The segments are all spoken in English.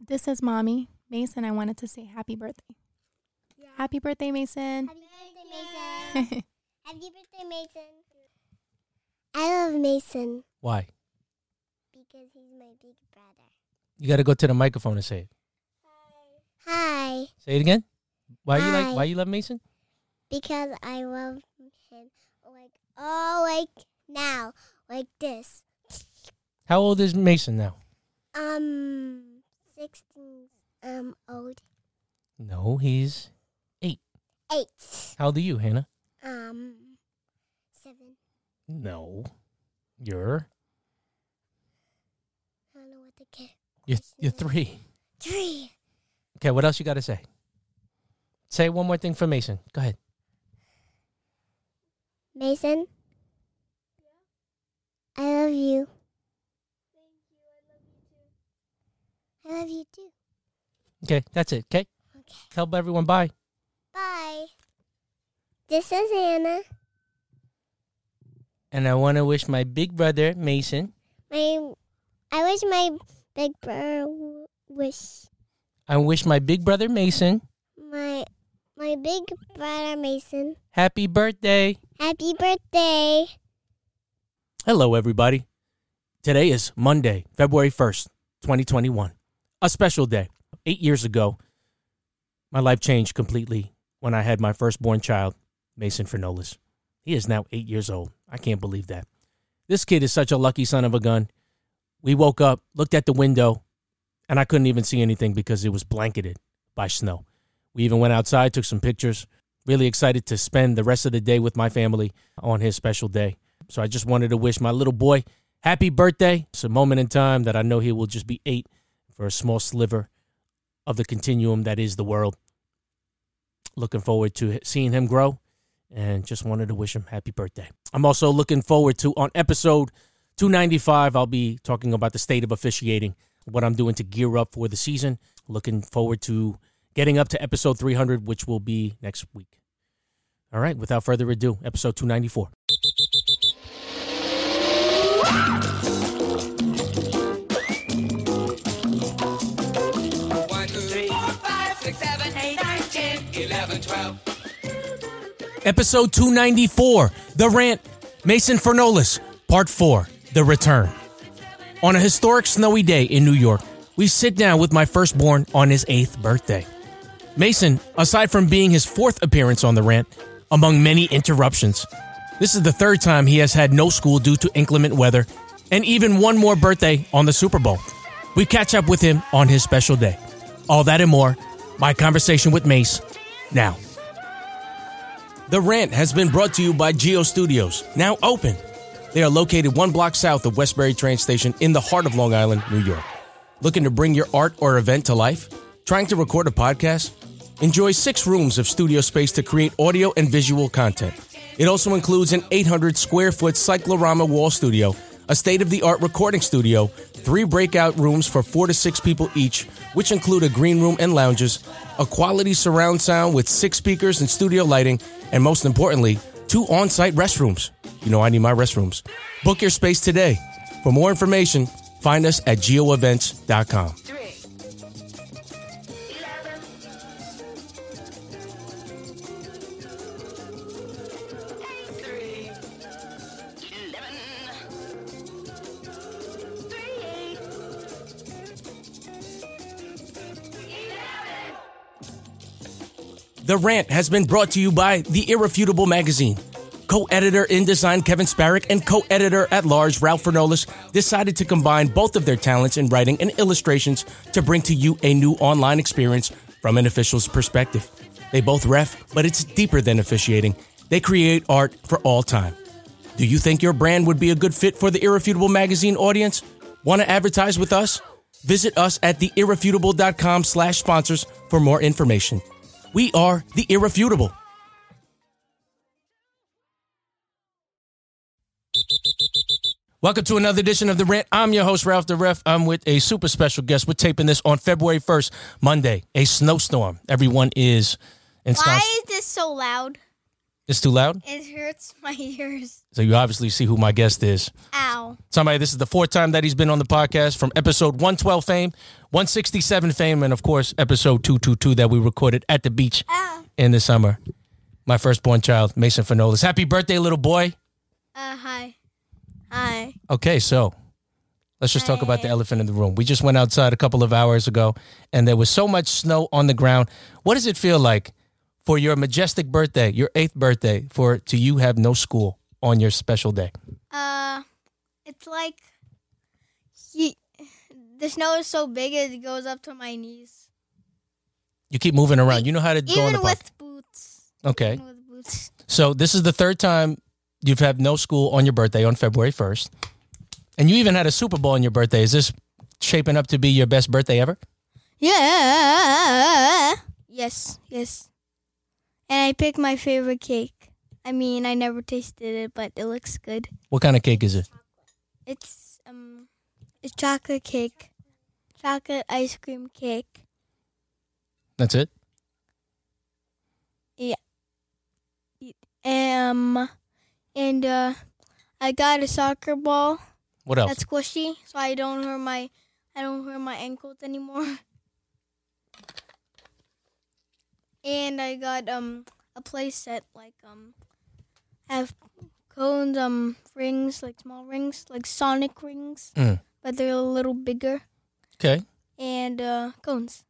This is mommy. Mason, I wanted to say happy birthday. Happy birthday, Mason. Happy birthday, Mason. Happy birthday, Mason. I love Mason Why? because he's my big brother. You got to go to the microphone and say it. Hi. Say it again. Why you like? Hi. Why you love Mason? Because I love him like oh like now. Like this. How old is Mason now? Um sixteen um old. No, he's Eight. how old are you, Hannah? Um seven. No, you're I don't know what to get. you're you're three. Three. Okay, what else you got to say? Say one more thing for Mason. Go ahead. Mason. I love you. Thank you. I love you too. Okay, that's it. Okay, I love you too. Okay. tell everyone bye. Bye. This is Anna, And I want to wish my big brother Mason. my I wish my big brother w- wish I wish my big brother Mason my my big brother Mason happy birthday. happy birthday. Hello, everybody. Today is Monday, February 1st, 2021. A special day. Eight years ago, my life changed completely when I had my firstborn child, Mason Fernolis. He is now eight years old. I can't believe that. This kid is such a lucky son of a gun. We woke up, looked at the window, and I couldn't even see anything because it was blanketed by snow. We even went outside, took some pictures. Really excited to spend the rest of the day with my family on his special day. So I just wanted to wish my little boy happy birthday. It's a moment in time that I know he will just be eight for a small sliver of the continuum that is the world. Looking forward to seeing him grow and just wanted to wish him happy birthday. I'm also looking forward to on episode 295, I'll be talking about the state of officiating, what I'm doing to gear up for the season. Looking forward to getting up to episode 300, which will be next week. All right, without further ado, episode 294. One, two, three, four, five, six, seven, eight, nine, ten, eleven, twelve. Episode 294 The Rant, Mason Fernolis, Part 4 The Return. On a historic snowy day in New York, we sit down with my firstborn on his eighth birthday. Mason, aside from being his fourth appearance on The Rant, among many interruptions, this is the third time he has had no school due to inclement weather, and even one more birthday on the Super Bowl. We catch up with him on his special day. All that and more, my conversation with Mace, now. The Rant has been brought to you by Geo Studios, now open. They are located one block south of Westbury train station in the heart of Long Island, New York. Looking to bring your art or event to life? Trying to record a podcast? Enjoy six rooms of studio space to create audio and visual content. It also includes an 800 square foot cyclorama wall studio, a state of the art recording studio, three breakout rooms for four to six people each, which include a green room and lounges, a quality surround sound with six speakers and studio lighting, and most importantly, two on site restrooms. You know, I need my restrooms. Book your space today. For more information, find us at geoevents.com. The Rant has been brought to you by The Irrefutable Magazine. Co editor in design Kevin Sparrick and co editor at large Ralph Fernolis decided to combine both of their talents in writing and illustrations to bring to you a new online experience from an official's perspective. They both ref, but it's deeper than officiating. They create art for all time. Do you think your brand would be a good fit for the Irrefutable Magazine audience? Want to advertise with us? Visit us at theirrefutable.com slash sponsors for more information. We are The Irrefutable. Welcome to another edition of The Rant. I'm your host, Ralph the Ref. I'm with a super special guest. We're taping this on February 1st, Monday, a snowstorm. Everyone is in Why Scotts- is this so loud? It's too loud. It hurts my ears. So you obviously see who my guest is. Ow. Somebody, this is the fourth time that he's been on the podcast from episode 112 fame, 167 fame, and of course, episode 222 that we recorded at the beach Oh. in the summer. My firstborn child, Mason Finolis. Happy birthday, little boy. Uh, hi. Hi. Okay, so let's just talk about the elephant in the room. We just went outside a couple of hours ago and there was so much snow on the ground. What does it feel like for your majestic birthday, your eighth birthday, for to you have no school on your special day? Uh, it's like he, the snow is so big it goes up to my knees. You keep moving around. You know how to go on the Even podcast. with boots. Okay. Even with boots. So this is the third time you've had no school on your birthday on February 1st. And you even had a Super Bowl on your birthday. Is this shaping up to be your best birthday ever? Yeah. Yes. Yes. And I picked my favorite cake. I mean, I never tasted it, but it looks good. What kind of cake is it? It's um, it's chocolate cake, chocolate ice cream cake. That's it. Um, and uh, I got a soccer ball What else? that's squishy, so I don't hurt my I don't hurt my ankles anymore. And I got um a play set like um I have cones um rings like small rings like Sonic rings, Mm. but they're a little bigger okay. and uh, cones.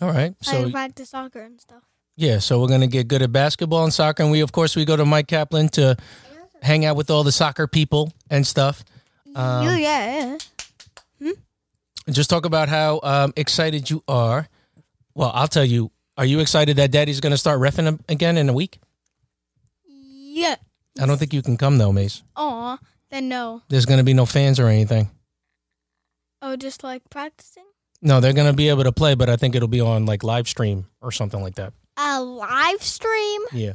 All right. I So can practice soccer and stuff. yeah, so we're gonna get good at basketball and soccer, and we of course we go to Mike Kaplan to hang out with all the soccer people and stuff. Um, you yeah. just talk about how um, excited you are. Well, I'll tell you. Are you excited that Daddy's gonna start refing him again in a week? Yeah. I don't think you can come though, Mace. Aw, then no. There's gonna be no fans or anything. Oh, just like practicing? No, they're gonna be able to play, but I think it'll be on like live stream or something like that. A live stream? Yeah.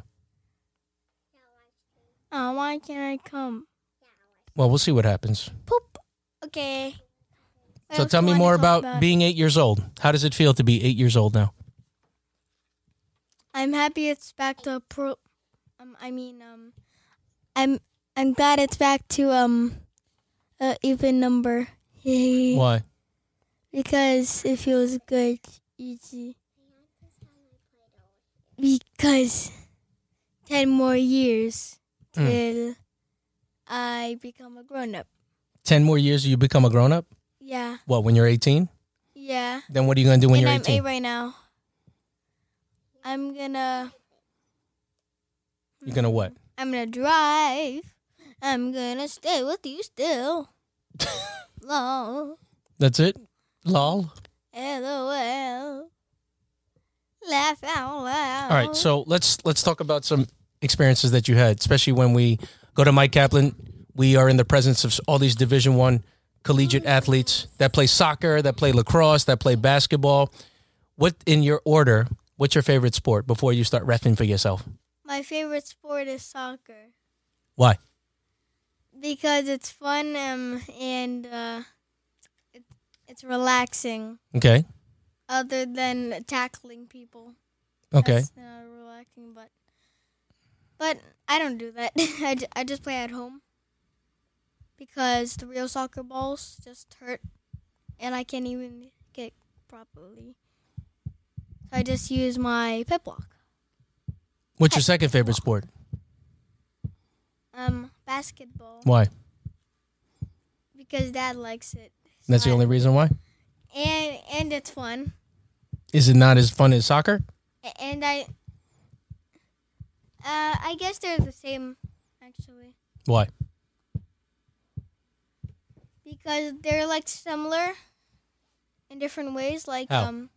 Oh, why can't I come? Well, we'll see what happens. Poop. Okay. What so else tell do me you wanna more talk about, being eight years old. How does it feel to be eight years old now? I'm happy it's back to pro. Um, I mean, um, I'm I'm glad it's back to um, uh, even number. Why? Because it feels good, easy. Because ten more years till Hmm. I become a grown up. Ten more years, you become a grown up. Yeah, What? When you're 18? yeah. Then what are you gonna do when and you're I'm 18? eight right now. I'm gonna You're gonna what? I'm gonna drive. I'm gonna stay with you still. Lol. That's it. Lol. LOL. Laugh out loud. All right, so let's let's talk about some experiences that you had, especially when we go to Mike Kaplan. We are in the presence of all these Division One collegiate athletes that play soccer, that play lacrosse, that play basketball. What in your order? What's your favorite sport before you start refing for yourself? My favorite sport is soccer Why? because it's fun um, and uh, it, it's relaxing. Okay, Other than tackling people. okay, That's not relaxing, but but I don't do that. I, ju- I just play at home because the real soccer balls just hurt, and I can't even kick properly. So I just use my pep block. What's your second favorite sport? Um, basketball Why? because Dad likes it. So That's the I- only reason why. And and it's fun. Is it not as fun as soccer? A- And I. Uh, I guess they're the same, actually. Why? because they're like similar in different ways like How? um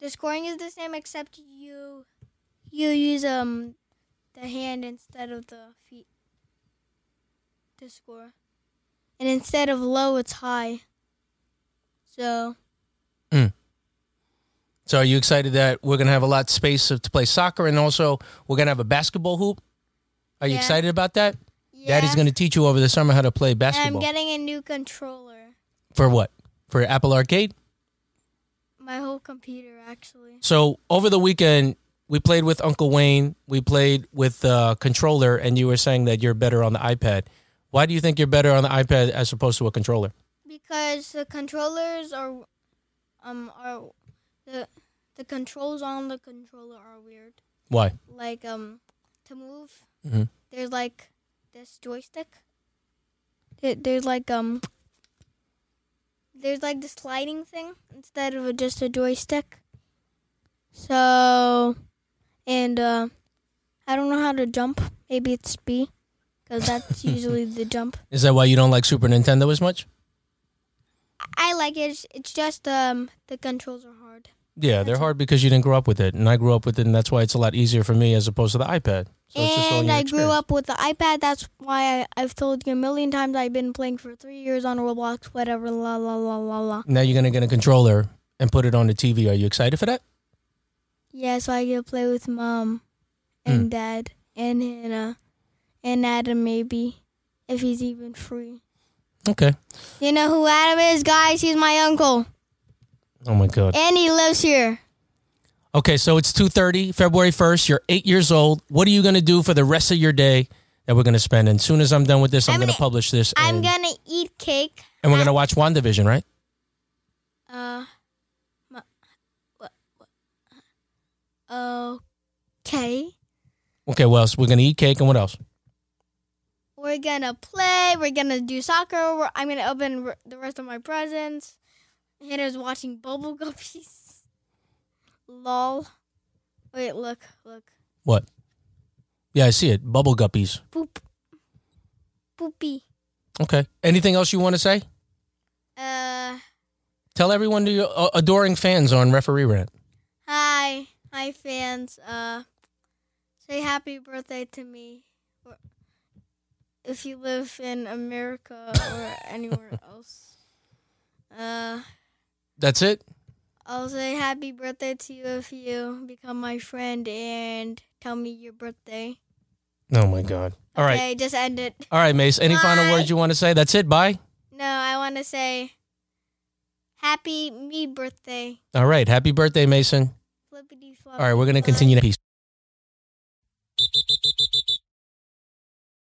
the scoring is the same except you you use um the hand instead of the feet to score and instead of low it's high so So are you excited that we're gonna have a lot of space to play soccer and also we're gonna have a basketball hoop? Are you Yeah. excited about that? yeah Daddy's gonna teach you over the summer how to play and i'm basketball. getting a new controller For what? For Apple Arcade? my whole computer actually So over the weekend we played with Uncle Wayne. We played with the controller, and you were saying that you're better on the iPad. Why do you think you're better on the iPad as opposed to a controller? because the controllers are um are the the controls on the controller are weird. Why? Like um to move, Mhm. there's like this joystick. There- There's like um there's like this sliding thing instead of just a joystick. So and uh, I don't know how to jump. Maybe it's B because that's usually the jump. Is that why you don't like Super Nintendo as much? I like it. It's- It's just um the controls are hard. Yeah, they're hard because you didn't grow up with it, and I grew up with it, and that's why it's a lot easier for me as opposed to the iPad. So it's just all in and your I grew experience. up with the iPad. That's why I, I've told you a million times I've been playing for three years on Roblox. Whatever, la la la la la. Now you're gonna get a controller and put it on the TV. Are you excited for that? Yeah, so I get to play with mom Hmm. and dad and Hannah and Adam maybe if he's even free. Okay. You know who Adam is, guys? He's my uncle, Oh my god. and he lives here. Okay, so it's two thirty, February first. You're eight years old. What are you gonna do for the rest of your day that we're gonna spend? And as soon as I'm done with this, I'm, I'm gonna, gonna- publish this. I'm and, gonna eat cake. and we're gonna watch WandaVision, right? Uh, my, what, what, okay. Okay. What else? We're gonna eat cake and what else? We're gonna play. We're gonna do soccer. We're, I'm gonna open r- the rest of my presents. Hannah's watching Bubble Guppies. Lol. Wait, look, look. What? Yeah, I see it. Bubble guppies. Boop. Boopy. Okay. Anything else you want to say? Uh, Tell everyone to your uh, adoring fans on Referee Rant. hi, hi fans. Uh, say happy birthday to me. Or- If you live in America or anywhere else. Uh. That's it. I'll say happy birthday to you if you become my friend and tell me your birthday. Oh my god. All right. Okay, just end it. All right, Mace. Any final Bye. words you want to say? That's it. Bye. No, I want to say happy me birthday. All right. Happy birthday, Mason. Flippity flop. All right, we're going to continue. Peace.